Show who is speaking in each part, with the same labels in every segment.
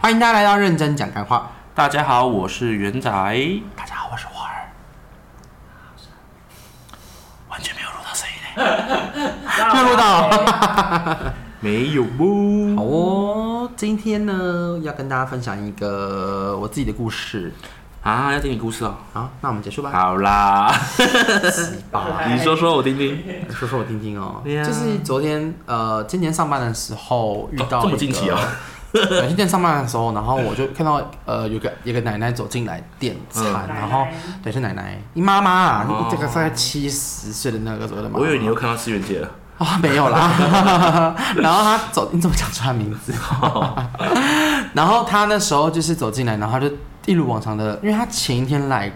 Speaker 1: 欢迎大家来到认真讲干话。
Speaker 2: 大家好，我是元仔，
Speaker 1: 大家好，我是花儿。
Speaker 2: 完全没有录到声音嘞，
Speaker 1: 又录 到了。
Speaker 2: 没有不？
Speaker 1: 好哦，今天呢要跟大家分享一个我自己的故事。
Speaker 2: 啊，要听你故事哦。
Speaker 1: 好，那我们结束吧。
Speaker 2: 好啦，
Speaker 1: 吧
Speaker 2: 你说说我听听。
Speaker 1: 说说我听听哦。
Speaker 2: 对呀
Speaker 1: 就是昨天呃，今年上班的时候遇到、
Speaker 2: 哦这么近期哦。
Speaker 1: 对今天上班的时候，然后我就看到呃，有个有个奶奶走进来点餐，
Speaker 2: 嗯
Speaker 1: 然后
Speaker 3: 奶奶
Speaker 1: 对是奶奶，你妈妈啊，
Speaker 2: 哦
Speaker 1: 这个大概七十岁的那个左右的妈妈。
Speaker 2: 我以为你又看到四元节了。
Speaker 1: 啊、没有啦。 然后他走，你怎么讲出他名字？ 然后他那时候就是走进来，然后他就一如往常的，因为他前一天来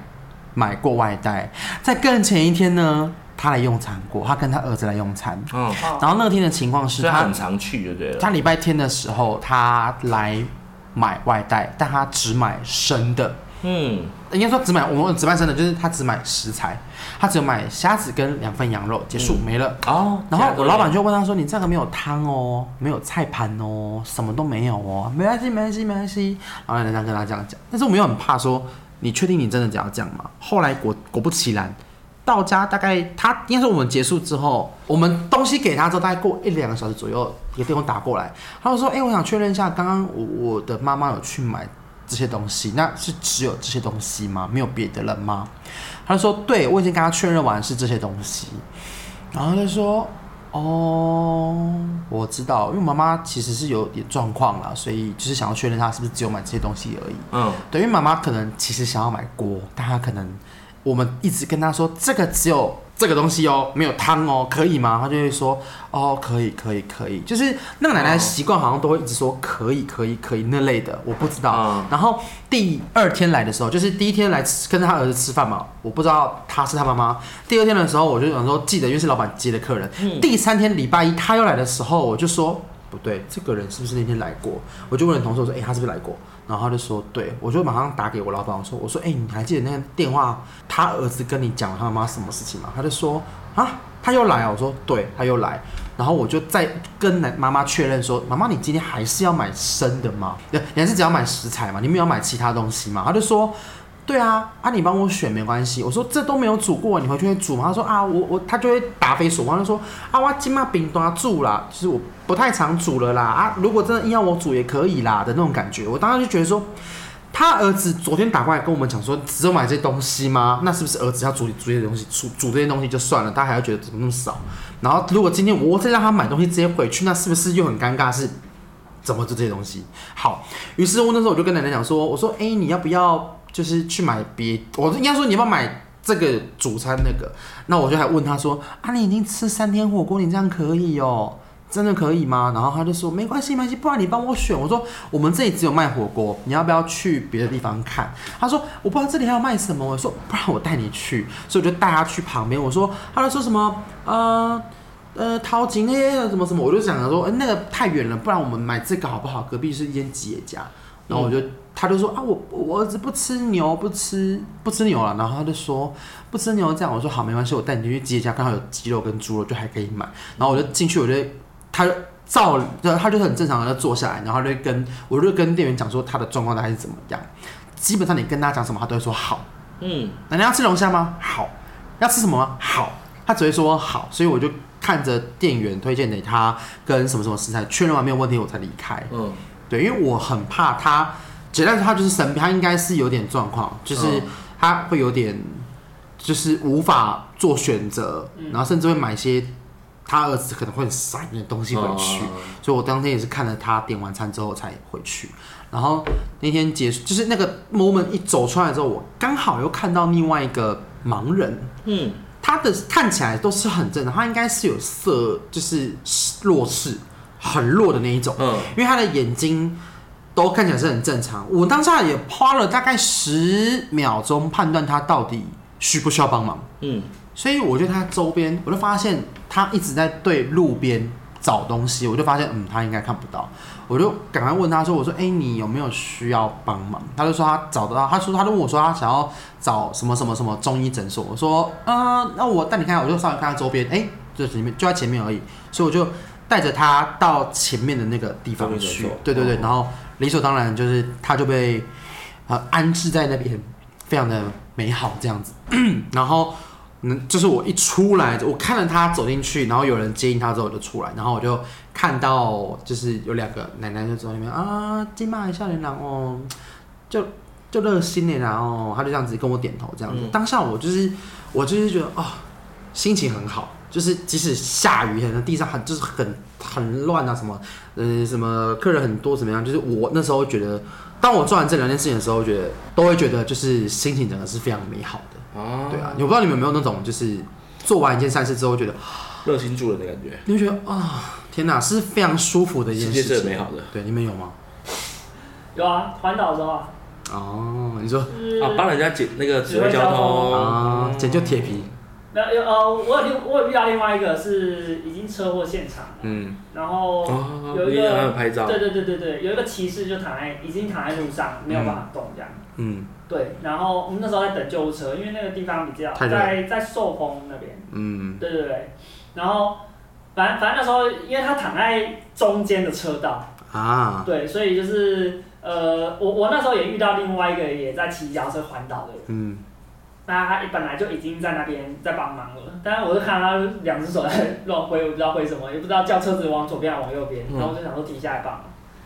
Speaker 1: 买过外带，在更前一天呢，他来用餐过，他跟他儿子来用餐。
Speaker 2: 嗯，
Speaker 3: 哦，
Speaker 1: 然后那天的情况是
Speaker 2: 所以他
Speaker 1: 他
Speaker 2: 很，常去就对了。
Speaker 1: 他礼拜天的时候他来买外带，但他只买生的。
Speaker 2: 嗯，
Speaker 1: 应该说只买我们只卖生的，就是他只买食材，他只有买虾子跟两份羊肉，结束、没了。
Speaker 2: 哦
Speaker 1: 然后我老板
Speaker 2: 就
Speaker 1: 就问他说：“你这个没有汤哦，没有菜盘哦，什么都没有哦，没关系，没关系，没关系。”然后人家跟他这样讲，但是我们又很怕说，你确定你真的只要这样吗？后来果果不其然，到家大概他应该是我们结束之后，我们东西给他之后，大概过一两个小时左右，一个电话打过来，他就说：“哎、我想确认一下，刚刚我我的妈妈有去买这些东西，那是只有这些东西吗？没有别的了吗？”他就说：“对，我已经跟他确认完是这些东西。”然后他就说：“哦，我知道，因为我妈妈其实是有点状况啦，所以就是想要确认她是不是只有买这些东西而已。
Speaker 2: 嗯，
Speaker 1: 对，因为妈妈可能其实想要买锅，但她可能我们一直跟她说这个只有这个东西哦，没有汤哦，可以吗？她就会说哦，可以，可以，可以。就是那个奶奶
Speaker 2: 哦
Speaker 1: 习惯好像都会一直说可以，可以，可以那类的，我不知道。
Speaker 2: 嗯
Speaker 1: 然后第二天来的时候，就是第一天来吃跟他儿子吃饭嘛，我不知道他是他妈妈。第二天的时候，我就想说记得，因为是老板接的客人。
Speaker 2: 嗯
Speaker 1: 第三天礼拜一他又来的时候，我就说不对，这个人是不是那天来过？我就问同事我说，哎、他是不是来过？然后他就说对，我就马上打给我老板，我说我说，哎、你还记得那个电话，他儿子跟你讲他妈妈什么事情吗？他就说啊，他又来啊，我说对，他又来。然后我就再跟奶妈妈确认说，妈妈，你今天还是要买生的吗？对，你还是只要买食材嘛，你没有买其他东西嘛？她就说，对啊，啊，你帮我选没关系。我说这都没有煮过，你回去会煮吗？她说啊，我我她就会答非所问，她就说啊，我今嘛饼多煮啦，就是我不太常煮了啦啊，如果真的硬要我煮也可以啦的那种感觉。我当时就觉得说，他儿子昨天打过来跟我们讲说，只有买这些东西吗？那是不是儿子要煮煮这些东西，煮煮这些东西就算了，他还要觉得怎么那么少？然后如果今天我再让他买东西直接回去，那是不是又很尴尬？是怎么做这些东西？好，于是乎那时候我就跟奶奶讲说，我说，哎、你要不要就是去买别？我应该说你要不要买这个主餐那个？那我就还问他说，啊，你已经吃三天火锅，你这样可以哦。真的可以吗？然后他就说没关系，没关系，不然你帮我选。我说我们这里只有卖火锅，你要不要去别的地方看？他说我不知道这里还有卖什么。我说不然我带你去，所以我就带他去旁边。我说他就说什么呃呃淘金那些什么什么，我就想着说、呃那个太远了，不然我们买这个好不好？隔壁是一间吉野家，然后我就、他就说啊我我儿子不吃牛，不吃不吃牛了，然后他就说不吃牛这样，我说好没关系，我带你去吉野家，刚好有鸡肉跟猪肉，就还可以买。然后我就进去，我就他就照，就他就是很正常的坐下来，然后他就跟我就跟店员讲说他的状况大概是怎么样。基本上你跟他讲什么，他都会说好。
Speaker 2: 嗯，
Speaker 1: 奶奶要吃龙虾吗？好。要吃什么吗？好。他只会说好，所以我就看着店员推荐给他跟什么什么食材确认完没有问题，我才离开。
Speaker 2: 嗯，
Speaker 1: 对，因为我很怕他，简单说他就是生病，他应该是有点状况，就是
Speaker 2: 嗯
Speaker 1: 他会有点就是无法做选择，然后甚至会买一些他儿子可能会很傻眼的东西回去。所以我当天也是看了他点完餐之后才回去。然后那天结束，就是那个 moment 一走出来之后，我刚好又看到另外一个盲人，
Speaker 2: 嗯，
Speaker 1: 他的看起来都是很正常，他应该是有色，就是弱视，很弱的那一种。
Speaker 2: 嗯，
Speaker 1: 因为他的眼睛都看起来是很正常。我当下也花了大概十秒钟判断他到底需不需要帮忙，
Speaker 2: 嗯，
Speaker 1: 所以我就他周边，我就发现他一直在对路边找东西，我就发现嗯，他应该看不到，我就赶快问他说，我说哎、你有没有需要帮忙？他就说他找得到，他说他就问我说哎他想要找什么什么什么中医诊所，我说啊、那我带你看，我就稍微看他周边，哎、就前面就在前面而已，所以我就带着他到前面的那个地方
Speaker 2: 中医诊
Speaker 1: 去
Speaker 2: 所，
Speaker 1: 对对对，
Speaker 2: 哦
Speaker 1: 然后理所当然就是他就被呃安置在那边，非常的美好这样子， 然后。嗯，就是我一出来，我看了他走进去，然后有人接应他之后，我就出来，然后我就看到就是有两个奶奶就走里面啊，金马的少年郎哦，就就热心的然后他就这样子跟我点头这样子，
Speaker 2: 嗯
Speaker 1: 当下我就是哦我就是觉得哦，心情很好，就是即使下雨，可能地上很就是很很乱啊什么，呃什么客人很多怎么样，就是我那时候觉得，当我做完这两件事情的时候，我觉得都会觉得就是心情真的是非常美好的。
Speaker 2: 啊
Speaker 1: 对啊，，我不知道你们有没有那种，就是做完一件善事之后，觉得
Speaker 2: 热心助人的感觉，
Speaker 1: 你会觉得啊、天哪，是非常舒服的一
Speaker 2: 世
Speaker 1: 件
Speaker 2: 界
Speaker 1: 事
Speaker 2: 是很
Speaker 1: 情。
Speaker 2: 美好的
Speaker 1: 对，你们有吗？
Speaker 3: 有啊，环岛的时候啊，
Speaker 1: 哦，你说
Speaker 3: 就是
Speaker 2: 啊，帮人家解那个指挥交通
Speaker 1: 啊，拯救铁，皮，
Speaker 3: 没有有呃，我有另我有遇到另外一个是已经车祸现场，
Speaker 2: 嗯，
Speaker 3: 然后
Speaker 1: 哦
Speaker 2: 啊，
Speaker 3: 有一
Speaker 2: 你也还有
Speaker 3: 个
Speaker 2: 拍照，
Speaker 3: 对对对对对，有一个骑士就躺在已经躺在路上，没有办法动这样。
Speaker 1: 嗯
Speaker 3: 对，然后我们那时候在等救护车，因为那个地方比较
Speaker 1: 太热了
Speaker 3: 在在寿丰那边，
Speaker 1: 嗯
Speaker 3: 对对对，然后反正反正那时候因为他躺在中间的车道，
Speaker 1: 啊，
Speaker 3: 对，所以就是呃，我我那时候也遇到另外一个也在骑脚踏车环岛的人，
Speaker 1: 嗯，
Speaker 3: 那他本来就已经在那边在帮忙了，但是我就看到他两只手在乱挥，我不知道挥什么，也不知道叫车子往左边还是往右边，
Speaker 2: 嗯
Speaker 3: 然后我就想说停下来帮忙，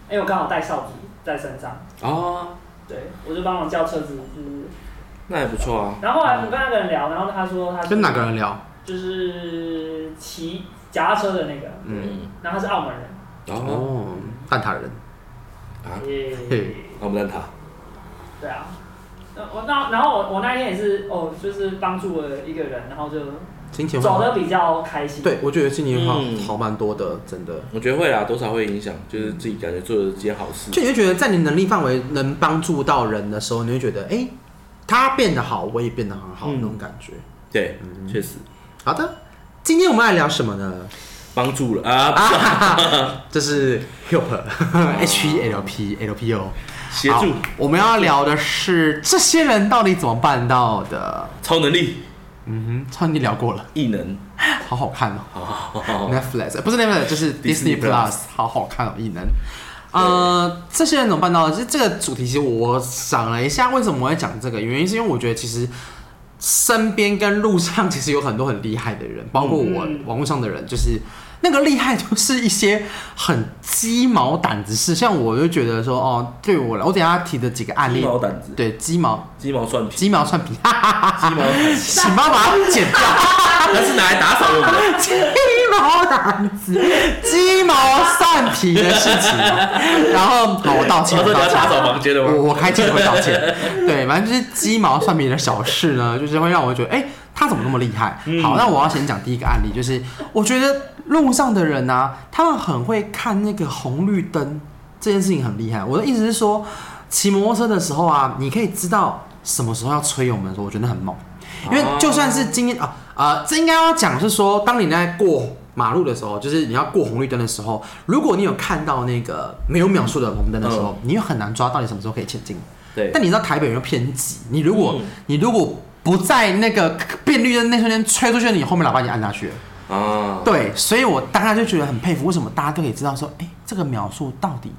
Speaker 3: 因为我刚好带哨子在身上，
Speaker 2: 哦，
Speaker 3: 对我就帮忙叫车子，嗯，
Speaker 2: 那也不错啊，
Speaker 3: 然后后来我跟那个人聊，然后他说他是
Speaker 1: 跟哪个人聊？
Speaker 3: 就是骑脚踏车的那个，
Speaker 2: 嗯，
Speaker 3: 然后他是澳门人，
Speaker 2: 然后
Speaker 1: 哦，蛋挞人，
Speaker 2: 啊
Speaker 3: 耶、
Speaker 1: 嘿
Speaker 2: 我们蛋挞，
Speaker 3: 对啊，那我那然后我我那天也是哦，就是帮助了一个人，然后就
Speaker 1: 心情会
Speaker 3: 走
Speaker 1: 好。
Speaker 3: 的比较开心。
Speaker 1: 对，我觉得心情好
Speaker 2: 嗯
Speaker 1: 好蛮多的，真的。
Speaker 2: 我觉得会啦，多少会影响，就是自己感觉做的这件好事，
Speaker 1: 就你会觉得在你能力范围能帮助到人的时候，你会觉得哎、他变得好，我也变得很好、
Speaker 2: 嗯
Speaker 1: 那种感觉。
Speaker 2: 对，确实
Speaker 1: 好的，今天我们来聊什么呢？
Speaker 2: 帮助了啊，
Speaker 1: 这是 help H E L P L P O
Speaker 2: 协助
Speaker 1: 好我们要聊的是这些人到底怎么办到的。
Speaker 2: 超能力
Speaker 1: 嗯哼，超你聊过了，
Speaker 2: 异能，
Speaker 1: 好好 看哦。
Speaker 2: 好
Speaker 1: Netflix 呃不是 Netflix，就是 Disney
Speaker 2: Disney
Speaker 1: Plus，
Speaker 2: Plus
Speaker 1: 好好看哦，异能。呃，这些人怎么办到的？其实这个主题，其实我想了一下，为什么我会讲这个？原因是因为我觉得其实身边跟路上其实有很多很厉害的人，包括我、
Speaker 3: 嗯
Speaker 1: 网络上的人，就是那个厉害，就是一些很鸡毛掸子事。像我就觉得说，哦，对我来，我等一下提的几个案
Speaker 2: 鸡
Speaker 1: 例，
Speaker 2: 毛掸子，
Speaker 1: 对鸡毛
Speaker 2: 鸡毛蒜皮，
Speaker 1: 鸡毛蒜皮，哈 哈
Speaker 2: 鸡毛掸子，
Speaker 1: 请帮我把它剪掉。
Speaker 2: 那是拿来打扫用的，
Speaker 1: 鸡毛掸子、鸡毛蒜皮的事情。啊 然后，好，我道歉，
Speaker 2: 哦
Speaker 1: 我
Speaker 2: 这你
Speaker 1: 道
Speaker 2: 要
Speaker 1: 歉
Speaker 2: 打。扫房间的
Speaker 1: 我
Speaker 2: 吗？
Speaker 1: 我开记者会道歉， 对，反正就是鸡毛蒜皮的小事呢，就是会让我觉得，哎、他怎么那么厉害？
Speaker 2: 嗯
Speaker 1: 好，那我要先讲第一个案例，就是我觉得路上的人啊，他们很会看那个红绿灯这件事情很厉害。我的意思是说，骑摩托车的时候啊，你可以知道什么时候要吹油门的时候，我觉得很猛，因
Speaker 2: 哦
Speaker 1: 为就算是今天啊啊，这应该要讲是说，当你在过。马路的时候，就是你要过红绿灯的时候，如果你有看到那个没有秒数的红灯的时候，
Speaker 2: 嗯
Speaker 1: 你又很难抓到底什么时候可以前进。
Speaker 2: 对，
Speaker 1: 但你知道台北人又偏激，你如果、
Speaker 2: 嗯
Speaker 1: 你如果不在那个变绿灯那瞬间吹出去，你后面喇叭已经按下去了。
Speaker 2: 啊，
Speaker 1: 对，所以我当下就觉得很佩服，为什么大家都可以知道说，哎、这个描述到底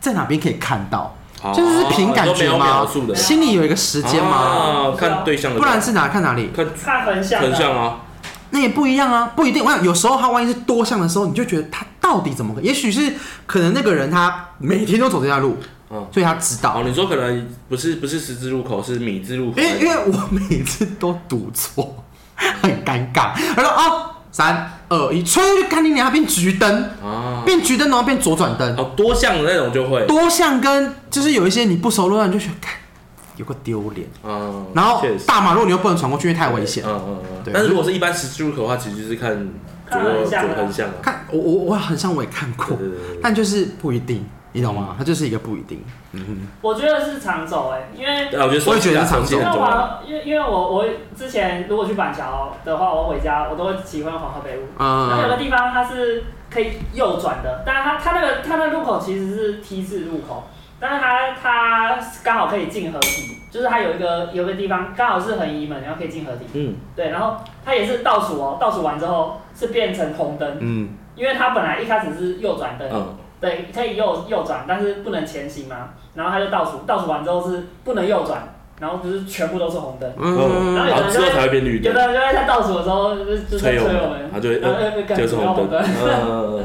Speaker 1: 在哪边可以看到？
Speaker 2: 哦
Speaker 1: 就是凭感觉
Speaker 2: 都没有
Speaker 1: 吗
Speaker 2: 描述？的
Speaker 1: 心里有一个时间吗？
Speaker 2: 啊看对象的，
Speaker 1: 不然是哪看哪里？
Speaker 2: 看
Speaker 3: 看横向的，
Speaker 2: 成像啊，
Speaker 1: 那也不一样啊，不一定。我想有时候他万一是多项的时候，你就觉得他到底怎么？也许是可能那个人他每天都走这条路，
Speaker 2: 嗯，
Speaker 1: 所以他知道。
Speaker 2: 哦，你说可能不是不是十字路口，是米字路口，
Speaker 1: 因为因为我每次都赌错，很尴尬。他说哦，三二一，吹就看你俩变橘灯，
Speaker 2: 啊，
Speaker 1: 变橘灯然后变左转灯，
Speaker 2: 哦，多项的那种就会，
Speaker 1: 多项跟就是有一些你不熟路段你就觉得，看有个丢脸。
Speaker 2: 嗯，
Speaker 1: 然后
Speaker 2: 确实
Speaker 1: 大马路你又不能闯过去，因为太危险。
Speaker 2: 嗯嗯嗯
Speaker 1: 对。
Speaker 2: 但是如果是一般十字路口的话，其实就是看左
Speaker 3: 看
Speaker 2: 右
Speaker 3: 横
Speaker 2: 左
Speaker 3: 向啊
Speaker 2: 横向啊。
Speaker 1: 看我我我很像我也看过
Speaker 2: 对，对对对
Speaker 1: 但就是不一定，你懂吗？它就是一个不一定。
Speaker 3: 我觉得是常走哎、因为
Speaker 2: 对啊，我觉得
Speaker 1: 我也觉得是
Speaker 2: 手
Speaker 1: 常
Speaker 2: 机很
Speaker 3: 因为
Speaker 2: 重要。
Speaker 3: 我因为因为我我之前如果去板桥的话，我回家我都会喜欢黄河北路，然后
Speaker 1: 嗯
Speaker 3: 有个地方它是可以右转的，但是它它那个它那个路口其实是 T 字路口，但是它它刚好可以进合体，就是它有一个有一个地方刚好是横移门，然后可以进合体。
Speaker 2: 嗯
Speaker 3: 对，然后它也是倒数哦，倒数完之后是变成红灯，
Speaker 1: 嗯，
Speaker 3: 因为它本来一开始是右转灯，
Speaker 2: 嗯，
Speaker 3: 对，可以右右转，但是不能前行嘛。然后它就倒数，倒数完之后是不能右转，然后就是全部都是红灯。
Speaker 1: 嗯，
Speaker 3: 然后有
Speaker 2: 然后之后才会变绿
Speaker 3: 有
Speaker 2: 灯，
Speaker 3: 的人就在他倒数的时候，就是就是在
Speaker 2: 吹
Speaker 3: 催
Speaker 2: 我
Speaker 3: 我
Speaker 2: 们，
Speaker 3: 们，
Speaker 2: 它就会
Speaker 3: 然后
Speaker 2: 嗯，
Speaker 3: 呃
Speaker 2: 就
Speaker 3: 不
Speaker 2: 是
Speaker 3: 要
Speaker 2: 红
Speaker 3: 红
Speaker 2: 灯，
Speaker 3: 灯。
Speaker 2: 嗯，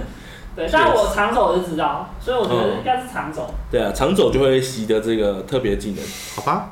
Speaker 3: 对，但我长手我就知道，所以我觉得
Speaker 2: 嗯
Speaker 3: 应该是长手。
Speaker 2: 对啊，长走就会习得这个特别技能，
Speaker 1: 好吧。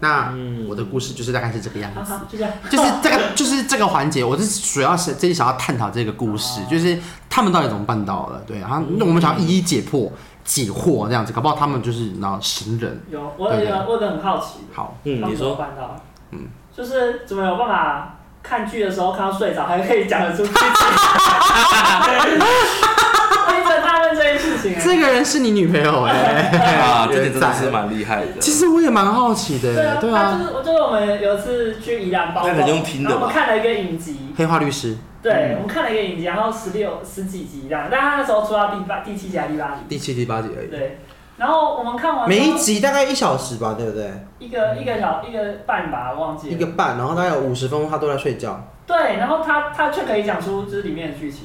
Speaker 1: 那
Speaker 2: 嗯
Speaker 1: 我的故事就是大概是这个样
Speaker 3: 哈
Speaker 1: 子，
Speaker 3: 哈，就这样。
Speaker 1: 就是这个就是这个环节，我是主要是这里想要探讨这个故事，
Speaker 3: 哦
Speaker 1: 就是他们到底怎么办到的？对，然后那我们想要一一解破、解惑这样子，搞不好他们就是然后神人。
Speaker 3: 有，我有一
Speaker 1: 对
Speaker 3: 个，我有一个很好奇，
Speaker 1: 好，
Speaker 2: 嗯，
Speaker 3: 他
Speaker 2: 你
Speaker 3: 们怎
Speaker 2: 说，
Speaker 3: 么
Speaker 2: 嗯
Speaker 3: 办到的？就是怎么有办法看剧的时候看到睡着，还可以讲得出剧情？ 我一直很纳闷这件事情、欸。
Speaker 1: 这个人是你女朋友哎、
Speaker 2: 对啊，这点真的
Speaker 1: 有
Speaker 2: 是
Speaker 1: 点赞
Speaker 2: 蛮厉害的，
Speaker 1: 其实我也蛮好奇的、
Speaker 3: 对啊，
Speaker 1: 对
Speaker 3: 他
Speaker 1: 啊
Speaker 3: 就，是我就是我们有一次去宜兰包
Speaker 2: 那
Speaker 3: 包，
Speaker 2: 可能用听的
Speaker 3: 然后我
Speaker 2: 吧
Speaker 3: 们看了一个影集，
Speaker 1: 黑化律师
Speaker 3: 对
Speaker 2: 嗯，
Speaker 3: 我们看了一个影集，然后十六十几集这样，但他那时候出到第八、第七集还是第八集？
Speaker 1: 第七、第八集而已，
Speaker 3: 对。啊然后我们看完之后
Speaker 4: 每一集大概一小时吧，对不对？
Speaker 3: 一个一个小一个半吧，我忘记
Speaker 4: 一
Speaker 3: 了。
Speaker 4: 个半，然后大概有五十分钟他都在睡觉。
Speaker 3: 对，然后他他却可以讲出就是里面的剧情。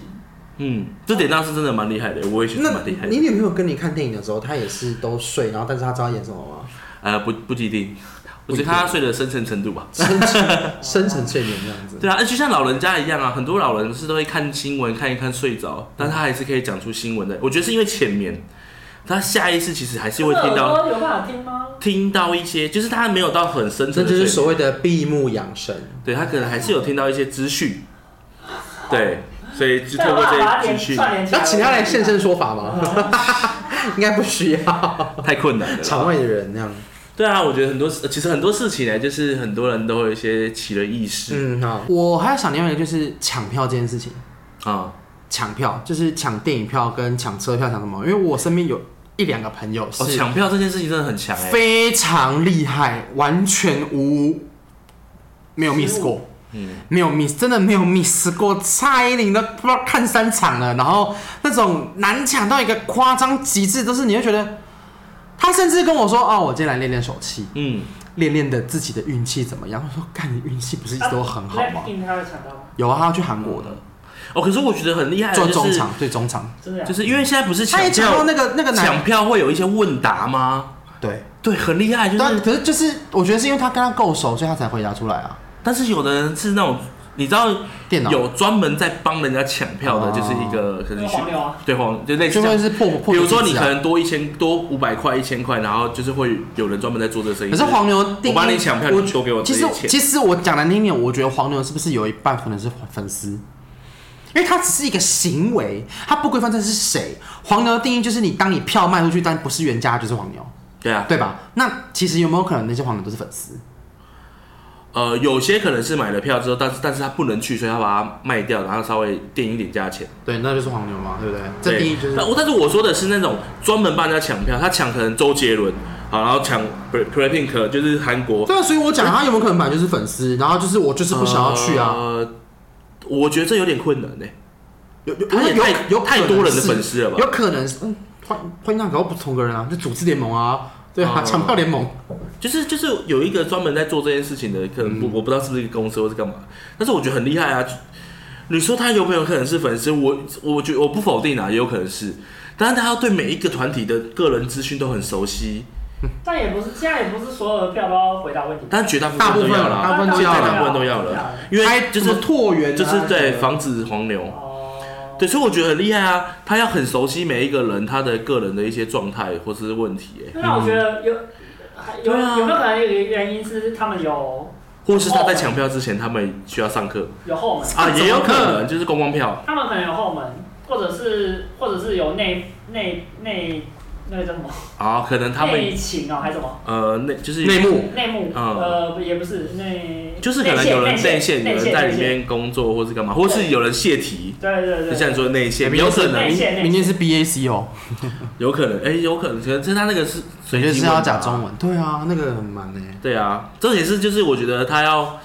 Speaker 2: 嗯，这点倒是真的蛮厉害的，我也觉得
Speaker 4: 那
Speaker 2: 蛮厉害
Speaker 4: 你
Speaker 2: 的，
Speaker 4: 女朋友跟你看电影的时候，她也是都睡，然后但是她知道演什么 吗？
Speaker 2: 呃，不不一定，我
Speaker 1: 不一定
Speaker 2: 觉得他睡的深沉程度吧，
Speaker 4: 深沉深沉睡眠这样子。
Speaker 2: 对啊，呃就像老人家一样啊，很多老人是都会看新闻看一看睡着，但他还是可以讲出新闻的，我觉得是因为浅眠，他下意识其实还是会听到
Speaker 3: 这个耳朵有办法听吗？
Speaker 2: 听到一些，就是他没有到很深
Speaker 4: 这
Speaker 2: 沉
Speaker 4: 就
Speaker 2: 的睡
Speaker 4: 是
Speaker 2: 眠，
Speaker 4: 所谓的闭目养神。
Speaker 2: 对他可能还是有听到一些资讯，对，所以就
Speaker 3: 但
Speaker 2: 透
Speaker 3: 我
Speaker 2: 过
Speaker 3: 把它
Speaker 2: 这些
Speaker 3: 连
Speaker 2: 资
Speaker 1: 啊
Speaker 2: 讯，
Speaker 3: 串联起来。
Speaker 4: 那请她来现身说法吗？
Speaker 2: 啊
Speaker 4: 应该不需要，
Speaker 2: 太困难了。
Speaker 4: 场外的人那样。
Speaker 2: 对啊，我觉得很多事，其实很多事情呢，就是很多人都会有一些奇人异事
Speaker 4: 嗯，好。
Speaker 1: 我还要想另外一个就是抢票这件事情，
Speaker 2: 啊，
Speaker 1: 抢票就是抢电影票跟抢车票抢什么？因为我身边有一两个朋友
Speaker 2: 哦，
Speaker 1: 是
Speaker 2: 抢票这件事情真的很强哎，
Speaker 1: 非常厉害，完全无没有 miss 过，
Speaker 2: 嗯，
Speaker 1: 没有 miss，真的没有 miss 过。蔡依林都不知道看三场了，然后那种难抢到一个夸张极致，就是你会觉得，他甚至跟我说：“哦，我今天来练练手气，
Speaker 2: 嗯，
Speaker 1: 练练的自己的运气怎么样？”我说：“干，你运气不是一直都很好吗
Speaker 3: b l a c k p i n 他有抢到吗？？”
Speaker 1: 有啊，他要去韩国的
Speaker 2: 哦，可是我觉得很厉害的
Speaker 1: 做
Speaker 2: 就
Speaker 1: 中
Speaker 2: 是
Speaker 1: 场，对中场，
Speaker 3: 真的假
Speaker 2: 就
Speaker 3: 的？
Speaker 2: 是因为现在不是
Speaker 1: 他也
Speaker 2: 抢
Speaker 1: 抢到
Speaker 2: 票，
Speaker 1: 那个那个男
Speaker 2: 抢票会有一些问答吗？
Speaker 1: 对，
Speaker 2: 对，很厉害，就
Speaker 1: 但
Speaker 2: 是，
Speaker 1: 可是就是我觉得是因为他跟他够熟，所以他才回答出来啊。
Speaker 2: 但是有的人是那种，你知道
Speaker 1: 电脑
Speaker 2: 有专门在帮人家抢票的，
Speaker 1: 哦
Speaker 2: 就是一个可能
Speaker 3: 那
Speaker 2: 去
Speaker 3: 黄牛啊，
Speaker 2: 对黄就类似
Speaker 1: 就
Speaker 2: 哎这
Speaker 1: 会
Speaker 2: 样。
Speaker 1: 是破破。
Speaker 2: 比如说你
Speaker 1: 可
Speaker 2: 可能多一千多五百块一千块，然后就是会有人专门在做这个生意。
Speaker 1: 可是黄牛定义，
Speaker 2: 我帮你抢票，
Speaker 1: 我
Speaker 2: 你多给我这
Speaker 1: 其
Speaker 2: 些
Speaker 1: 实
Speaker 2: 钱。
Speaker 1: 其实我讲难听点，我觉得黄牛是不是有一半可能是粉丝？因为它只是一个行为，它不规范这是谁。黄牛的定义就是你当你票卖出去，但不是原价就是黄牛，
Speaker 2: 对啊，
Speaker 1: 对吧？那其实有没有可能那些黄牛都是粉丝？
Speaker 2: 呃，有些可能是买了票之后，但是但是他不能去，所以他把它卖掉，然后稍微垫一点价钱。
Speaker 1: 对，那就是黄牛嘛，对不对？这
Speaker 2: 对，
Speaker 1: 定义就是
Speaker 2: 但我但是我说的是那种专门帮人家抢票，他抢可能周杰伦，好，然后抢 Black- Blackpink 就是韩国，
Speaker 1: 对啊，所以我讲他有没有可能本来就是粉丝，然后就是我就是不想要去啊。
Speaker 2: 呃我觉得这有点困难呢、
Speaker 1: 有有
Speaker 2: 他也
Speaker 1: 有
Speaker 2: 太
Speaker 1: 有
Speaker 2: 太
Speaker 1: 可能
Speaker 2: 多人的
Speaker 1: 是
Speaker 2: 粉丝了吧？
Speaker 1: 有可能是嗯，欢欢那搞不同个人啊，就组织联盟啊，对啊，
Speaker 2: 嗯
Speaker 1: 抢票联盟。
Speaker 2: 就是就是有一个专门在做这件事情的，可能不、
Speaker 1: 嗯
Speaker 2: 我不知道是不是一个公司或是干嘛，但是我觉得很厉害啊。就你说他有没有可能是粉丝？我我觉得我不否定啊，也有可能是，但是他要对每一个团体的个人资讯都很熟悉，
Speaker 3: 但也不是现在也不是所有的票都要回答问题。
Speaker 2: 但绝大部分都要
Speaker 1: 大
Speaker 2: 啦，
Speaker 1: 部分
Speaker 2: 绝
Speaker 1: 都要啦
Speaker 2: 大部分都要了，因为就
Speaker 1: 什
Speaker 2: 是
Speaker 1: 么拓元、啊，
Speaker 2: 就是
Speaker 1: 什
Speaker 2: 对
Speaker 1: 么
Speaker 2: 防止黄牛，
Speaker 3: 哦，
Speaker 2: 对，所以我觉得很厉害啊，他要很熟悉每一个人他的个人的一些状态或是问题、欸，
Speaker 3: 那我觉得有还有有
Speaker 2: 对啊
Speaker 3: 没有可能有一个原因是他们有
Speaker 2: 或是他在抢票之前他们需要上课
Speaker 3: 有后门，
Speaker 2: 啊，也有可能就是公关票。
Speaker 3: 他们可能有后门，或者是或者是有内内内那个叫什么
Speaker 2: 啊，可能他们
Speaker 3: 内情哦，还是什么
Speaker 2: 呃，那就是
Speaker 1: 内幕，
Speaker 3: 内幕？
Speaker 2: 嗯
Speaker 3: 呃，也不是内，
Speaker 2: 就是可能有人内线，有
Speaker 3: 内
Speaker 2: 人
Speaker 3: 线
Speaker 2: 在里。面工作或是干嘛，或是有人泄题，
Speaker 3: 对对
Speaker 2: 就
Speaker 3: 对，
Speaker 2: 像你说的内线，有可能
Speaker 3: 内，线
Speaker 1: 明明天是 BAC 哦，
Speaker 2: 有可能，哎，有可能，可能是他那个是
Speaker 1: 所
Speaker 2: 随
Speaker 1: 以
Speaker 2: 机
Speaker 1: 就是
Speaker 2: 问
Speaker 1: 要
Speaker 2: 答
Speaker 1: 啊讲中。文。对啊，那个很忙哎。
Speaker 2: 对啊，重点是就是我觉得他要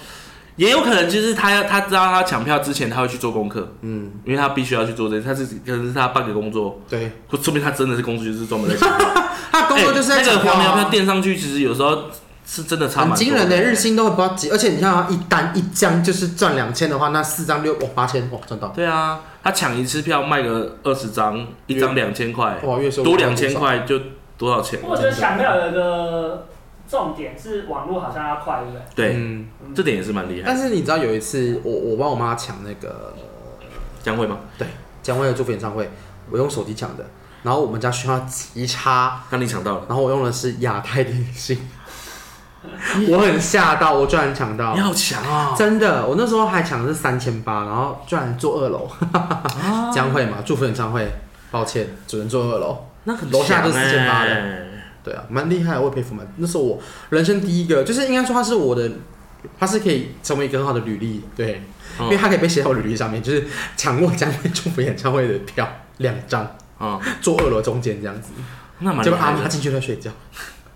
Speaker 2: 也有可能就是他要他知道他抢票之前他会去做功课，
Speaker 1: 嗯，
Speaker 2: 因为他必须要去做这，他是可能是他半个工作，
Speaker 4: 对，
Speaker 2: 或说明他真的是工作就是专门在抢票。
Speaker 1: 他工作就是在
Speaker 2: 哎那
Speaker 1: 抢
Speaker 2: 个
Speaker 1: 票
Speaker 2: 黄苗
Speaker 1: 啊
Speaker 2: 票垫上去，其实有时候是真的差蛮
Speaker 1: 很
Speaker 2: 多
Speaker 1: 惊人的、欸日薪都不知道几，而且你看啊，一单一张就是赚两千的话，那四张六哇八千哇赚到，
Speaker 2: 对啊，他抢一次票卖个二十张，一张两千块，
Speaker 1: 哇月收入
Speaker 2: 多两千，块就多少钱
Speaker 3: 不？过我觉得抢票有一个重点是网络好像要快，对 不对？
Speaker 2: 对，
Speaker 1: 嗯。
Speaker 3: 嗯
Speaker 2: 这点也是蛮厉害。
Speaker 1: 但是你知道有一次我我帮我妈抢那个
Speaker 2: 将会吗？
Speaker 1: 姜惠的祝福演唱会，我用手机抢的，然后我们家讯号极差，
Speaker 2: 让你抢到了，
Speaker 1: 然后我用的是亚太电信， 我很吓到，我居然抢到
Speaker 2: 你。好强啊！
Speaker 1: 真的，我那时候还抢的是三千八，然后居然坐二楼，
Speaker 2: 哦
Speaker 1: 将会嘛，祝福演唱会，抱歉，只能坐二楼。
Speaker 2: 那很
Speaker 1: 楼下就
Speaker 2: 强欸
Speaker 1: 48对啊，蛮厉害的，我也佩服蛮。那时候我人生第一个，就是应该说他是我的，他是可以成为一个很好的履历，对，
Speaker 2: 嗯
Speaker 1: 因为他可以被写到我履历上面，就是抢过将会祝福演唱会的票两张，
Speaker 2: 啊，坐
Speaker 1: 坐二楼中间这样子，
Speaker 2: 那蛮
Speaker 1: 结
Speaker 2: 厉
Speaker 1: 果阿
Speaker 2: 害
Speaker 1: 妈
Speaker 2: 的。
Speaker 1: 进去在 睡觉，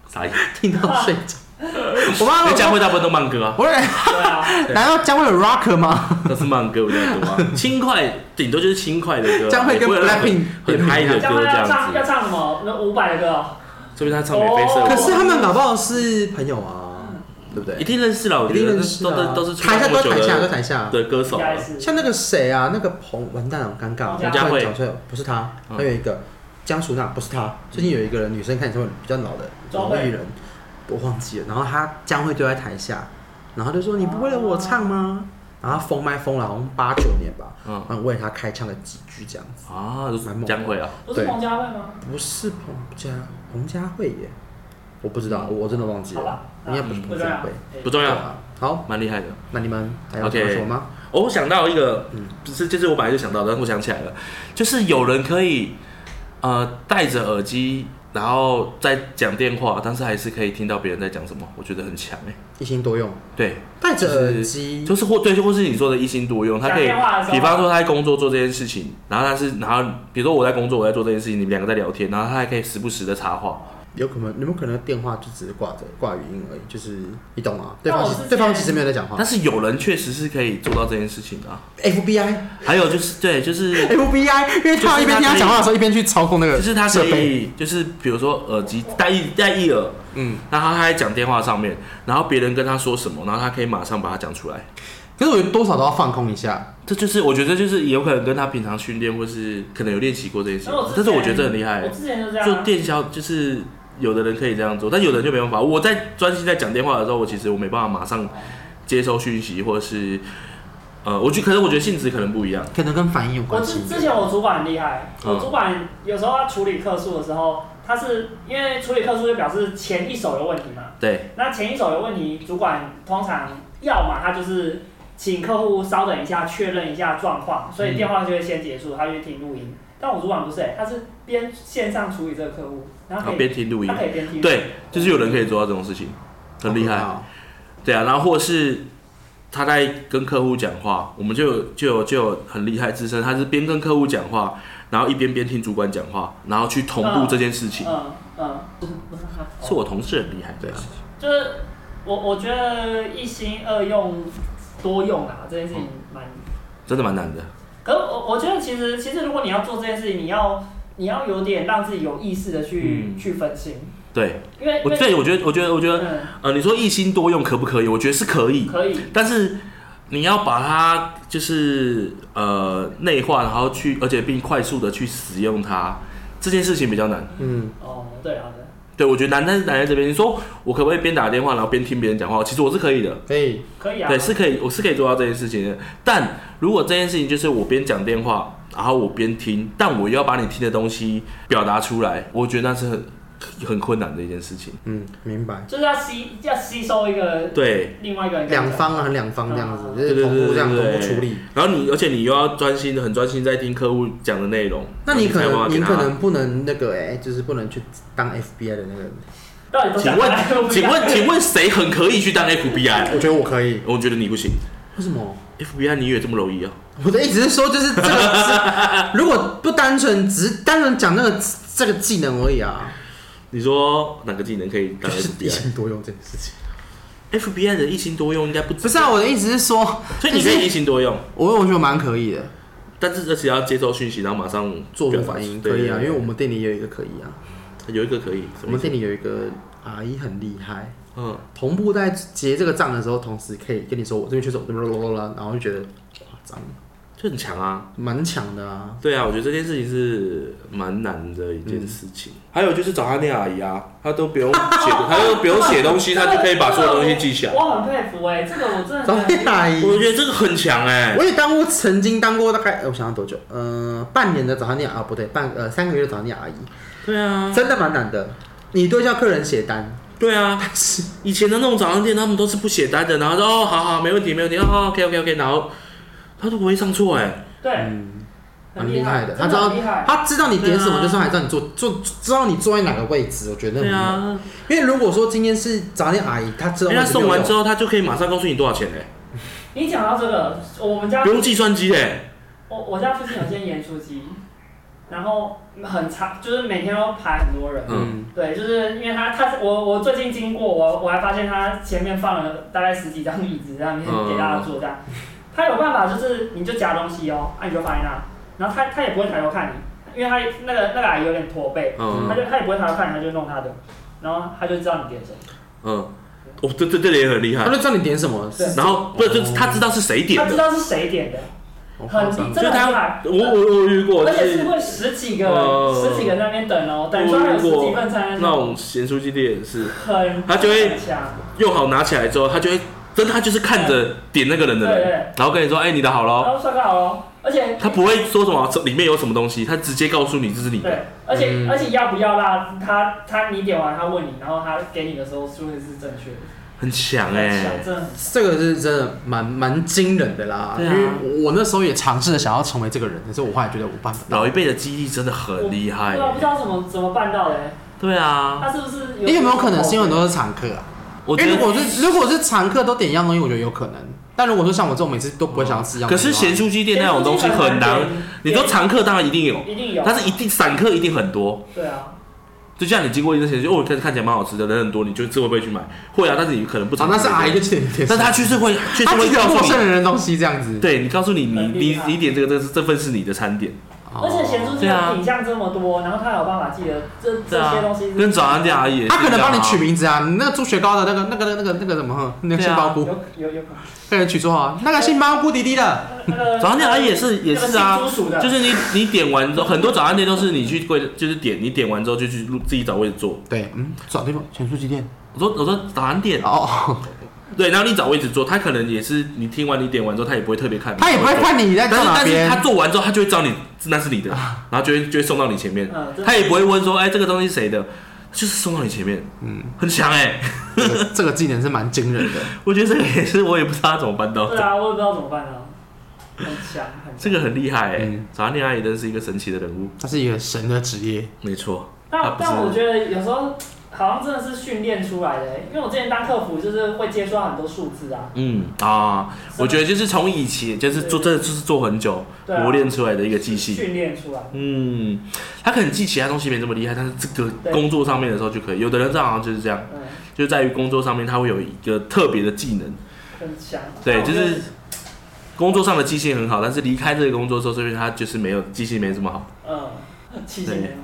Speaker 2: 啥意思？
Speaker 1: 听到睡 哎觉，我妈
Speaker 2: 因为将
Speaker 1: 我
Speaker 2: 会大部分都慢歌啊，
Speaker 1: 我说
Speaker 3: 对啊，
Speaker 1: 难道将会有 rock 吗？
Speaker 2: 都是慢歌比较多啊，轻快顶多就是轻快的歌啊，
Speaker 1: 将会跟
Speaker 2: 也不会让
Speaker 1: Blackpink
Speaker 2: 很嗨的
Speaker 3: 将
Speaker 2: 歌
Speaker 3: 会
Speaker 2: 这
Speaker 3: 要唱
Speaker 2: 样
Speaker 3: 要
Speaker 2: 子。
Speaker 3: 唱什么？那五百的歌哦，
Speaker 2: 这边他唱免费社
Speaker 3: 哦
Speaker 1: 可
Speaker 2: 会，
Speaker 1: 是他们搞不好是朋友啊，对不
Speaker 2: 啊
Speaker 1: 对？
Speaker 2: 一定认识了，我
Speaker 1: 一
Speaker 2: 觉
Speaker 1: 定
Speaker 2: 得
Speaker 1: 认识
Speaker 2: 都
Speaker 1: 啊
Speaker 2: 都都是出道
Speaker 1: 台下
Speaker 2: 这
Speaker 1: 都
Speaker 2: 么久
Speaker 1: 台下都
Speaker 2: 的
Speaker 1: 台下，
Speaker 2: 的歌手
Speaker 3: 应
Speaker 2: 啊
Speaker 3: 该。是。
Speaker 1: 像那个谁啊，那个彭完蛋了，好尴尬，
Speaker 3: 彭
Speaker 2: 佳
Speaker 1: 突
Speaker 2: 慧
Speaker 1: 然讲出来不是他，
Speaker 2: 嗯
Speaker 1: 还有一个江淑娜，不是他。最近有一个人女生看演唱会比较老的
Speaker 3: 张
Speaker 1: 老
Speaker 3: 惠
Speaker 1: 艺人，我忘记了，然后她将会就在台下，然后就说你不为了我唱吗？然后她封麦封了好像八九年吧，
Speaker 2: 嗯
Speaker 1: 然后为了她开唱了几句这样子，
Speaker 2: 啊，就是
Speaker 1: 蛮猛的
Speaker 2: 将会啊，
Speaker 3: 不是彭佳慧吗？
Speaker 1: 不是彭佳彭佳慧耶，我不知道，我真的忘记
Speaker 3: 好吧
Speaker 1: 了，，应该不是
Speaker 3: 不
Speaker 1: 彭
Speaker 3: 重
Speaker 1: 佳
Speaker 3: 要
Speaker 1: 慧。。
Speaker 3: 哎
Speaker 2: 不重
Speaker 1: 对
Speaker 2: 要，
Speaker 1: 啊，好，
Speaker 2: 蛮厉害的。
Speaker 1: 那你们还要讲
Speaker 2: OK
Speaker 1: 什么吗？
Speaker 2: 哦我想到一个
Speaker 1: 嗯，
Speaker 2: 不是，就是我本来就想到的，但是我想起来了，就是有人可以呃戴着耳机，然后在讲电话，但是还是可以听到别人在讲什么，我觉得很强哎、
Speaker 1: 一心多用，
Speaker 2: 对，
Speaker 1: 戴着耳
Speaker 2: 就
Speaker 1: 机
Speaker 2: 是就，是或对，或是你说的一心多用，他可以
Speaker 3: 讲电话的时，候啊
Speaker 2: 比方说他在工作做这件事情，然后他是，然后比如说我在工作，我在做这件事情，你们两个在聊天，然后他还可以时不时的插话，
Speaker 1: 有可能，你们可能电话就只是挂着挂语音而已，就是你懂吗？对
Speaker 3: 但
Speaker 1: 方
Speaker 3: 我
Speaker 1: 其
Speaker 3: 之前
Speaker 1: 对方其实没有在讲话
Speaker 2: 但。是有人确实是可以做到这件事情的啊、
Speaker 1: FBI
Speaker 2: 还有就是，对，就是
Speaker 1: FBI，因为他一边听他讲话的时候，一边去操控那个
Speaker 2: 就是他
Speaker 1: 呃设
Speaker 2: 可
Speaker 1: 备。
Speaker 2: 以，就是比如说耳机戴一戴一耳，
Speaker 1: 嗯，
Speaker 2: 然后他还讲电话上面，然后别人跟他说什么，然后他可以马上把它讲出来。
Speaker 1: 可是我觉得多少都要放空一下。
Speaker 2: 这就是我觉得就是有可能跟他平常训练或是可能有练习过这件事
Speaker 3: 然后我之，前
Speaker 2: 但是我觉得这很厉
Speaker 3: 我
Speaker 2: 害，
Speaker 3: 之前就这样
Speaker 2: 做
Speaker 3: 啊。
Speaker 2: 哎电销就是有的人可以这样做，但有的人就没办法。我在专心在讲电话的时候，我其实我没办法马上接收讯息，或者是呃，我觉可能我觉得性质可能不一样。
Speaker 1: 可能跟反应有
Speaker 3: 我
Speaker 1: 关系
Speaker 3: 之。之前我主管很厉害，
Speaker 2: 嗯
Speaker 3: 我主管有时候要处理客诉的时候，他是因为处理客诉就表示前一手有问题嘛，
Speaker 2: 对，
Speaker 3: 那前一手有问题，主管通常要么他就是请客户稍等一下，确认一下状况，
Speaker 2: 嗯
Speaker 3: 所以电话就会先结束，他就去听录音。但我主管不是、欸，他是边线上处理这个客户，然
Speaker 2: 然后
Speaker 3: 后可以
Speaker 2: 哦边听录音
Speaker 3: 他，可以边听，
Speaker 2: 对，就是有人可以做到这种事情，很厉害。
Speaker 1: 好
Speaker 2: 对啊，然后或是他在跟客户讲话，我们就有就有就有很厉害资深，他是边跟客户讲话，然后一边边听主管讲话，然后去同步这件事情，
Speaker 3: 嗯嗯，
Speaker 2: 是我同事很厉害，
Speaker 1: 对啊
Speaker 3: 就是我我觉得一心二用多用啊，这件事情
Speaker 2: 嗯
Speaker 3: 蛮
Speaker 2: 真的蛮难的。
Speaker 3: 可是我我觉得其实其实如果你要做这件事情，你要你要有点让自己有意识的去、
Speaker 2: 嗯
Speaker 3: 去分心，
Speaker 2: 对，
Speaker 3: 因为
Speaker 2: 我
Speaker 3: 因为
Speaker 2: 对我觉得我觉得我觉得，
Speaker 3: 嗯
Speaker 2: 呃，你说一心多用可不可以？我觉得是可以，
Speaker 3: 可以
Speaker 2: 但是你要把它就是呃内化，然后去而且并快速的去使用它，这件事情比较难。
Speaker 1: 嗯，
Speaker 3: 哦对啊对
Speaker 2: 对，我觉得难在难在这边。你说我可不可以边打电话然后边听别人讲话？其实我是可以的。
Speaker 1: 可以。
Speaker 3: 可以啊
Speaker 2: 对，是可以，我是可以做到这件事情的。但如果这件事情就是我边讲电话，然后我边听，但我又要把你听的东西表达出来，我觉得那是很很困难的一件事情。
Speaker 1: 嗯，明白。
Speaker 3: 就是要吸要吸收一个
Speaker 2: 对，
Speaker 3: 另外一个人
Speaker 1: 两方啊，很两方这样子，就
Speaker 2: 对
Speaker 1: 是
Speaker 2: 对对
Speaker 1: 同
Speaker 2: 对
Speaker 1: 步这样同
Speaker 2: 对
Speaker 1: 步处理。
Speaker 2: 然后你，而且你又要专心的，很专心在听客户讲的内容。
Speaker 1: 那你可
Speaker 2: 才有
Speaker 1: 能
Speaker 2: 办法
Speaker 1: 你
Speaker 2: 给他
Speaker 1: 可能不能那个哎，就是不能去当 FBI 的那个人。
Speaker 3: 到底 都
Speaker 2: 请
Speaker 3: 讲哪个
Speaker 2: 问，
Speaker 3: 不一
Speaker 2: 请
Speaker 3: 样
Speaker 2: 问，请问谁很可以去当 FBI？
Speaker 1: 我觉得我可以。
Speaker 2: 我觉得你不行
Speaker 1: 为什么？
Speaker 2: ，FBI 你也这么容易啊？
Speaker 1: 我的意思是说，就是这个 是，如果不单纯只是单纯讲那个这个技能而已啊，
Speaker 2: 你说哪个技能可以当
Speaker 1: 就是一
Speaker 2: FBI？
Speaker 1: 心多用这件事情。
Speaker 2: FBI 的一心多用应该不止
Speaker 1: 不是啊，我的意思是说，
Speaker 2: 所以你可以一心多用，
Speaker 1: 我我觉得蛮可以的，
Speaker 2: 但是而且要接收讯息，然后马上
Speaker 1: 做出
Speaker 2: 表达
Speaker 1: 反应
Speaker 2: 对
Speaker 1: 可以啊，
Speaker 2: 对
Speaker 1: 因为我们店里也有一个可以啊，
Speaker 2: 有一个可以，什
Speaker 1: 我
Speaker 2: 么
Speaker 1: 们
Speaker 2: 意思？
Speaker 1: 店里有一个阿姨很厉害，
Speaker 2: 嗯，
Speaker 1: 同步在结这个账的时候，同时可以跟你说我这边缺手，这边啰啰啦，然后就觉得夸张，
Speaker 2: 就很强啊。
Speaker 1: 蛮强的 啊。
Speaker 2: 对啊，我觉得这件事情是蛮难的一件事情。还有就是找他那个阿姨啊，她都不用写，她都不用写东西，她就可以把所有东西记下来。
Speaker 3: 我很佩服哎、这个我真的
Speaker 1: 找
Speaker 3: 觉得
Speaker 1: 店阿姨，
Speaker 2: 我觉得这个很强哎、
Speaker 1: 我也当过，曾经当过大概，呃我想想多久，呃，半年的早餐店啊，不对，半呃三个月的早餐店阿姨，
Speaker 2: 对啊，
Speaker 1: 真的蛮难的。你对叫客人写单，
Speaker 2: 对啊，以前的那种早餐店，他们都是不写单的，然后说哦，好好，没问题，没问题，哦，OK OK OK，然后他都不会上错哎、
Speaker 3: 对，
Speaker 1: 嗯，
Speaker 3: 很
Speaker 1: 蛮厉害的
Speaker 3: 的，
Speaker 1: 他知道
Speaker 3: 真很厉害。
Speaker 1: 他知道你点什么，
Speaker 2: 对啊
Speaker 1: 就算还知道你坐坐，知道你坐在哪个位置，我觉得
Speaker 2: 对
Speaker 1: 很好。
Speaker 2: 啊，
Speaker 1: 因为如果说今天是早餐店阿姨，她知道
Speaker 2: 人
Speaker 1: 我
Speaker 2: 家送完之
Speaker 1: 后，
Speaker 2: 后，他就可以马上告诉你多少钱哎、
Speaker 3: 你讲到这个，我们家
Speaker 2: 不用计算机哎、欸，
Speaker 3: 我我家附近有间盐酥鸡，然后很长，就是每天都排很多人。
Speaker 2: 嗯，
Speaker 3: 对，就是因为他他我我最近经过我我还发现他前面放了大概十几张椅子上面
Speaker 2: 嗯
Speaker 3: 给大家坐这样，他有办法就是你就夹东西哦，啊你就放在那，然后他他也不会抬头看你，因为他那个那个阿姨有点驼背，
Speaker 2: 嗯
Speaker 3: 他就他也不会抬头看你，他就弄他的，然后他就知道你点什么。
Speaker 2: 嗯，哦，这这这里也很厉
Speaker 1: 她
Speaker 2: 害
Speaker 1: 就。知道你点什么，
Speaker 3: 对
Speaker 2: 然后不
Speaker 3: 哦
Speaker 2: 就是他知道是谁点
Speaker 3: 他知
Speaker 2: 的，
Speaker 3: 道是谁点的，
Speaker 1: 好
Speaker 3: 很
Speaker 1: 夸张
Speaker 3: 真
Speaker 2: 就是
Speaker 3: 的很厉
Speaker 2: 他
Speaker 3: 害，，
Speaker 2: 我我我遇过，
Speaker 3: 而
Speaker 2: 就
Speaker 3: 且是
Speaker 2: 是
Speaker 3: 会十几个
Speaker 2: 呃
Speaker 3: 人，十几个在那边等哦，等于说他有十几份菜在
Speaker 2: 那种咸酥鸡店也是
Speaker 3: 很
Speaker 2: 他就会
Speaker 3: 很强，
Speaker 2: 用好拿起来之后，他就会真的他就是看着点那个人
Speaker 3: 对
Speaker 2: 的人，
Speaker 3: 对，
Speaker 2: 然后跟你说，哎，你的好
Speaker 3: 然
Speaker 2: 咯。
Speaker 3: 后帅哥好哦，而且
Speaker 2: 他不会说什么这里面有什么东西，他直接告诉你这是你的。
Speaker 3: 对，而且、
Speaker 1: 嗯
Speaker 3: 而且要不要辣，他他你点完他问你，然后他给你的时候是会是正确的，
Speaker 2: 很强
Speaker 3: 很
Speaker 2: 哎、
Speaker 3: 强真的很
Speaker 1: 这个是真的蛮蛮惊人的啦。
Speaker 2: 对
Speaker 1: 因
Speaker 2: 啊
Speaker 1: 为我我那时候也尝试着想要成为这个人，可是我后来觉得我办不到。
Speaker 2: 老一辈的记忆真的很厉害、
Speaker 3: 对啊，不知道怎么怎么办到的、
Speaker 2: 对啊，
Speaker 3: 他是不是有？
Speaker 1: 你有没有可能是因为很多是常客啊？
Speaker 2: 我
Speaker 1: 因
Speaker 2: 觉
Speaker 1: 为如
Speaker 2: 得。
Speaker 1: 果是如果是常客都点一样东西，我觉得有可能。但如果说像我这种每次都不会想要吃一样
Speaker 2: 可
Speaker 1: 东西
Speaker 2: 是
Speaker 1: 的话，
Speaker 2: 咸酥鸡店那种东西很难，你都常客当然一定有，
Speaker 3: 一定有，
Speaker 2: 但是一定散客一定很多。
Speaker 3: 对啊，
Speaker 2: 就像你经过一段时间，就哦，看看起来蛮好吃的，人很多，你就自会不会去买？会啊，但是你可能不
Speaker 1: 啊
Speaker 2: 常。，
Speaker 1: 那是阿姨就点点，
Speaker 2: 但他就是会，确实
Speaker 1: 他
Speaker 2: 会
Speaker 1: 记得
Speaker 2: 告
Speaker 1: 陌
Speaker 2: 诉
Speaker 1: 生
Speaker 2: 你，
Speaker 1: 人的东西这样子。
Speaker 2: 哎对你啊告诉你，你
Speaker 3: 很厉
Speaker 2: 你
Speaker 3: 害
Speaker 2: 你点这个，这是这份是你的餐点，
Speaker 1: 哦，
Speaker 3: 而且咸猪鸡
Speaker 2: 对啊
Speaker 3: 的品相这么多，然后他有办法记得这
Speaker 2: 对
Speaker 3: 这
Speaker 2: 啊
Speaker 3: 些东西，
Speaker 2: 跟早餐店阿姨也是一样
Speaker 1: 他
Speaker 2: 啊
Speaker 1: 可能帮你取，名字啊，你那个猪血糕的那个那个那个那个什么，那个
Speaker 2: 对啊
Speaker 1: 杏鲍菇，
Speaker 3: 有有有可能
Speaker 1: 被人取绰号，那个杏鲍菇滴滴的，
Speaker 3: 那 个
Speaker 2: 早餐店阿啊姨也是也是
Speaker 3: 那
Speaker 2: 啊
Speaker 3: 个，新竹鼠的，
Speaker 2: 就是你你点完之后，很多早餐店都是你去柜，就是点你点完之后就去路自己找位置坐。
Speaker 1: 对，嗯，找地方选书鸡店。
Speaker 2: 我说我说早餐店，
Speaker 1: 哦，
Speaker 2: 对，然后你找位置坐，他可能也是你听完你点完之后，他也不会特别看，
Speaker 1: 他也不会
Speaker 2: 看。
Speaker 1: 看你在
Speaker 2: 但
Speaker 1: 坐
Speaker 2: 是
Speaker 1: 哪
Speaker 2: 但是他
Speaker 1: 边，
Speaker 2: 做完之后，他就会知道你那是你的，然后就会就会送到你前面。
Speaker 3: 嗯，真的
Speaker 2: 他也不会问说，哎、这个东西谁的，就是送到你前面，嗯，很强哎、
Speaker 1: 这个这个技能是蛮惊人的。
Speaker 2: 我觉得这个也是，我也不知道他怎么办到
Speaker 3: 对
Speaker 2: 的，
Speaker 3: 啊，我也不知道怎么办啊，很强很强。
Speaker 2: 这个很厉害哎、
Speaker 1: 嗯
Speaker 2: 早安恋爱也真是一个神奇的人物，
Speaker 1: 他是一个神的职业，
Speaker 2: 没错，啊
Speaker 3: 但
Speaker 2: 不是
Speaker 3: 但我觉得有时候好像真的是训练出来的欸、因为我之前当客服就是会接触到很多数字啊。
Speaker 2: 嗯啊，我觉得就是从以前就是做，真的就是做很久
Speaker 3: 对啊
Speaker 2: 磨练出来的一个记性。
Speaker 3: 训练出来，
Speaker 2: 嗯，他可能记其他东西没这么厉害，但是这个
Speaker 3: 对
Speaker 2: 工作上面的时候就可以。有的人正好像就是这样，
Speaker 3: 嗯，
Speaker 2: 就在于工作上面他会有一个特别的技能，
Speaker 3: 很强。啊
Speaker 2: 对，
Speaker 3: 但我
Speaker 2: 就
Speaker 3: 觉得
Speaker 2: 是工作上的记性很好，但是离开这个工作之后，所以他就是没有记性没这么好。
Speaker 3: 嗯，七星
Speaker 2: 对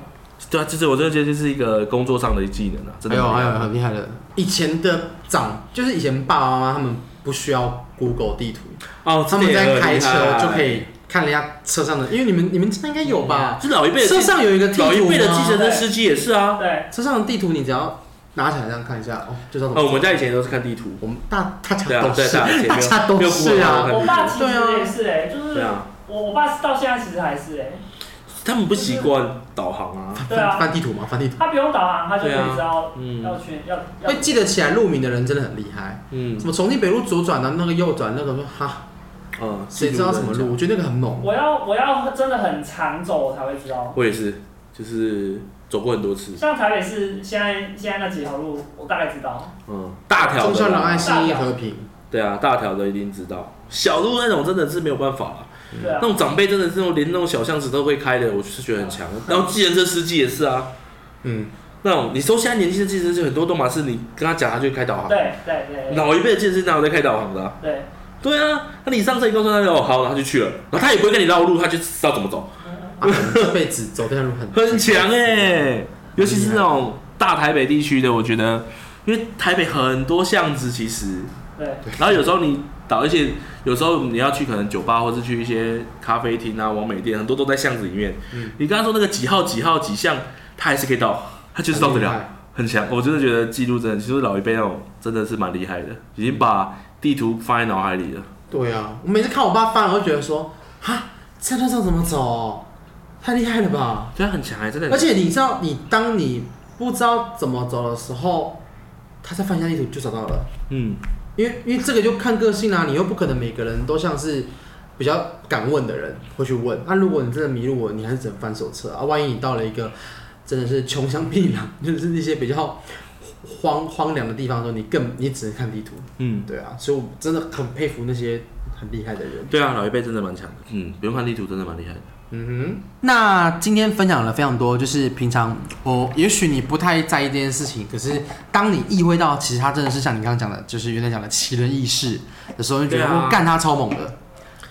Speaker 2: 对啊，就是我真的觉得这是一个工作上的技能啊，真
Speaker 1: 还
Speaker 2: 的
Speaker 1: 有
Speaker 2: 没
Speaker 1: 哦还哎有很厉害的。以前的长就是以前爸爸妈妈他们不需要 Google 地图，
Speaker 2: 哦，
Speaker 1: 他们在开车就可
Speaker 2: 以。
Speaker 1: 以看了一下车上的，因为你们你们家应该有吧？
Speaker 2: 这老一辈的
Speaker 1: 车
Speaker 2: 计
Speaker 1: 上有一个地图
Speaker 2: 老一辈的
Speaker 1: 吗
Speaker 2: 计程车司机也是啊。
Speaker 3: 对，
Speaker 1: 车上的地图你只要拿起来这样看一下，哦，就知道怎
Speaker 2: 哦，
Speaker 1: 么。
Speaker 2: 我们家以前都是看地图，
Speaker 1: 我们大大
Speaker 2: 对
Speaker 1: 家
Speaker 2: 啊
Speaker 1: 都，
Speaker 2: 对
Speaker 1: 是，
Speaker 2: 啊，以前
Speaker 1: 大家都
Speaker 2: 没有
Speaker 1: 是啊。
Speaker 2: 没有
Speaker 3: 我
Speaker 2: Google，看
Speaker 3: 爸
Speaker 2: 地
Speaker 3: 其实也是哎、就
Speaker 2: 图对
Speaker 3: 是
Speaker 2: 啊，
Speaker 3: 我我爸到现在其实还是哎、
Speaker 2: 他们不习惯导航啊。
Speaker 3: 对啊
Speaker 1: 翻翻地图嘛，翻地图。
Speaker 3: 他不用导航，他就可
Speaker 2: 对啊
Speaker 3: 以知道
Speaker 2: 嗯
Speaker 3: 要去要要
Speaker 1: 会记得起来路名的人真的很厉害，
Speaker 2: 嗯
Speaker 1: 什么重庆北路左转的那个右转那个，我说哈，
Speaker 2: 嗯，
Speaker 1: 谁哦知道什么路？？我觉得那个很猛。
Speaker 3: 我要我要真的很常走我才会知道。
Speaker 2: 我也是，就是走过很多次，
Speaker 3: 像台北市现在现在那几条路，我大概知道。
Speaker 2: 嗯，大条
Speaker 1: 中
Speaker 2: 的
Speaker 1: 山南爱
Speaker 2: 啦，
Speaker 1: 信义和平，
Speaker 2: 对啊，大条的一定知道，小路那种真的是没有办法啊。
Speaker 3: 对啊
Speaker 2: 那，种长辈真的是那种连那种小巷子都会开的，我就是觉得很强。然后计程车司机也是啊，
Speaker 1: 嗯，
Speaker 2: 那那种你说现在年轻的计程师很多都嘛是你跟他讲他就开导航，
Speaker 3: 对对对对
Speaker 2: 老一辈的计程师哪有在开导航的啊、
Speaker 3: 对，
Speaker 2: 对啊，那你上车你告诉他哦好，然后他就去了，然后他也不会跟你绕路，他就知道怎么走，
Speaker 4: 啊这辈子走这条路很
Speaker 2: 很强哎、尤其是那种大台北地区的，我觉得，因为台北很多巷子其实，
Speaker 3: 对，
Speaker 2: 然后有时候你导一些，有时候你要去可能酒吧或是去一些咖啡厅啊、完美店，很多都在巷子里面。你刚刚说那个几号几号几巷，他还是可以到，他就是到得啊
Speaker 4: 很厉
Speaker 2: 了
Speaker 4: 害，
Speaker 2: 很强。我真的觉得记录真的，其实老一辈那种真的是蛮厉害的，已经把地图放在脑海里了。
Speaker 4: 对啊，我每次看我爸翻，我就觉得说，哈，这路上怎么走？太厉害了吧！
Speaker 2: 对啊，很强哎、真的很
Speaker 4: 而
Speaker 2: 强。
Speaker 4: 且你知道，你当你不知道怎么走的时候，他再翻一下地图就找到了。
Speaker 2: 嗯，
Speaker 4: 因为因为这个就看个性啊，你又不可能每个人都像是比较敢问的人会去问。那、如果你真的迷路了，你还是只能翻手册啊。万一你到了一个真的是穷乡僻壤，就是一些比较荒 荒凉的地方的时候，你更你只能看地图。
Speaker 2: 嗯，
Speaker 4: 对啊，所以我真的很佩服那些很厉害的人。
Speaker 2: 对啊，老一辈真的蛮强的。嗯，不用看地图，真的蛮厉害的。
Speaker 4: 嗯
Speaker 1: 那今天分享了非常多，就是平常我也许你不太在意这件事情，可是当你意会到其实他真的是像你刚刚讲的，就是原来讲的奇人异事的时候，就觉得哦
Speaker 2: 对啊
Speaker 1: 我干、他超猛的。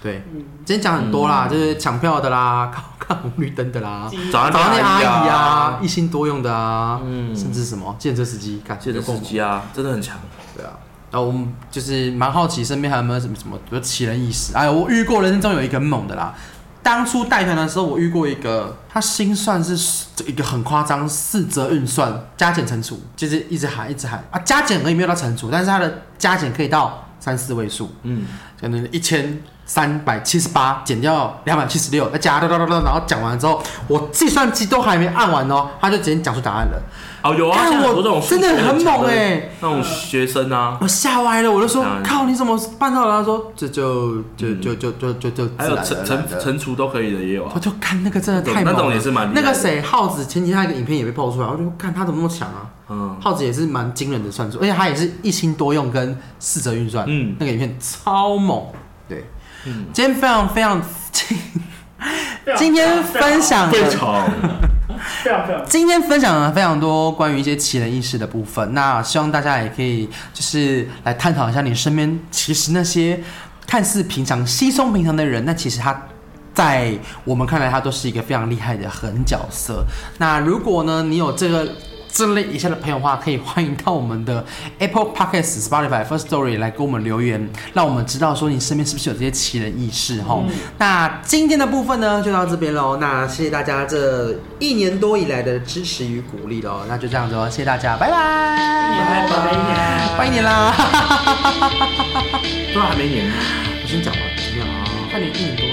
Speaker 1: 对，
Speaker 3: 嗯，
Speaker 1: 今天讲很多啦，就是抢票的啦，
Speaker 2: 嗯
Speaker 1: 看看红绿灯的啦，
Speaker 3: 记忆
Speaker 2: 早安
Speaker 1: 找那阿姨啊
Speaker 2: 啊，
Speaker 1: 一心多用的啊，
Speaker 2: 哎嗯
Speaker 1: 甚至什么建车司机，感
Speaker 2: 现在司机啊，真的很强。
Speaker 1: 对啊，然后我们就是蛮好奇身边还有没有什么什么，比如奇人异事。哎，我遇过人生中有一个很猛的啦。当初带团的时候，我遇过一个，他心算是一个很夸张，四则运算加减乘除，就是一直喊一直喊啊，加减而已没有到乘除，但是他的加减可以到三四位数，
Speaker 2: 嗯，
Speaker 1: 可能一千三百七十八减掉两百七十六，再加哒哒哒哒，然后讲完之后，我计算机都还没按完哦，他就直接讲出答案了，
Speaker 2: 哦，有啊，
Speaker 1: 看
Speaker 2: 现在很
Speaker 1: 我
Speaker 2: 多这种
Speaker 1: 真的
Speaker 2: 数学
Speaker 1: 很猛
Speaker 2: 强的
Speaker 1: 欸
Speaker 2: 那种学生啊，
Speaker 1: 我吓歪了，我就说
Speaker 2: 当然
Speaker 1: 靠，你怎么办到的？他说这就就就就就就就
Speaker 2: 嗯还
Speaker 1: 自
Speaker 2: 有
Speaker 1: 然的
Speaker 2: 乘乘乘除都可以的也有
Speaker 1: 我
Speaker 2: 啊。
Speaker 1: 就看那个真的太猛了
Speaker 2: 那种也是蛮厉害
Speaker 1: 那
Speaker 2: 的
Speaker 1: 个谁耗子前几天他一个影片也被爆出来，我就看他怎么那么强啊！
Speaker 2: 嗯，
Speaker 1: 耗子也是蛮惊人的算术，而且他也是一心多用跟四则运算，
Speaker 2: 嗯
Speaker 1: 那个影片超猛。对，
Speaker 2: 嗯
Speaker 1: 今天非常非常，今
Speaker 3: 非常
Speaker 1: 今天分享
Speaker 2: 会吵。
Speaker 3: 非常非常
Speaker 1: 今天分享了非常多关于一些奇人异事的部分，那希望大家也可以就是来探讨一下你身边其实那些看似平常、稀松平常的人，那其实他。在我们看来，他都是一个非常厉害的狠角色。那如果呢，你有这个这类以下的朋友的话，可以欢迎到我们的 Apple Podcast、Spotify、First Story 来给我们留言，让我们知道说你身边是不是有这些奇人异事哈。
Speaker 3: 嗯
Speaker 1: 那今天的部分呢，就到这边喽。那谢谢大家这一年多以来的支持与鼓励喽。那就这样子哦，谢谢大家，拜拜，
Speaker 3: 拜拜拜拜
Speaker 1: 拜年啦！
Speaker 2: 都还没演呢。
Speaker 1: 我先讲完，没有啊，快点一年多。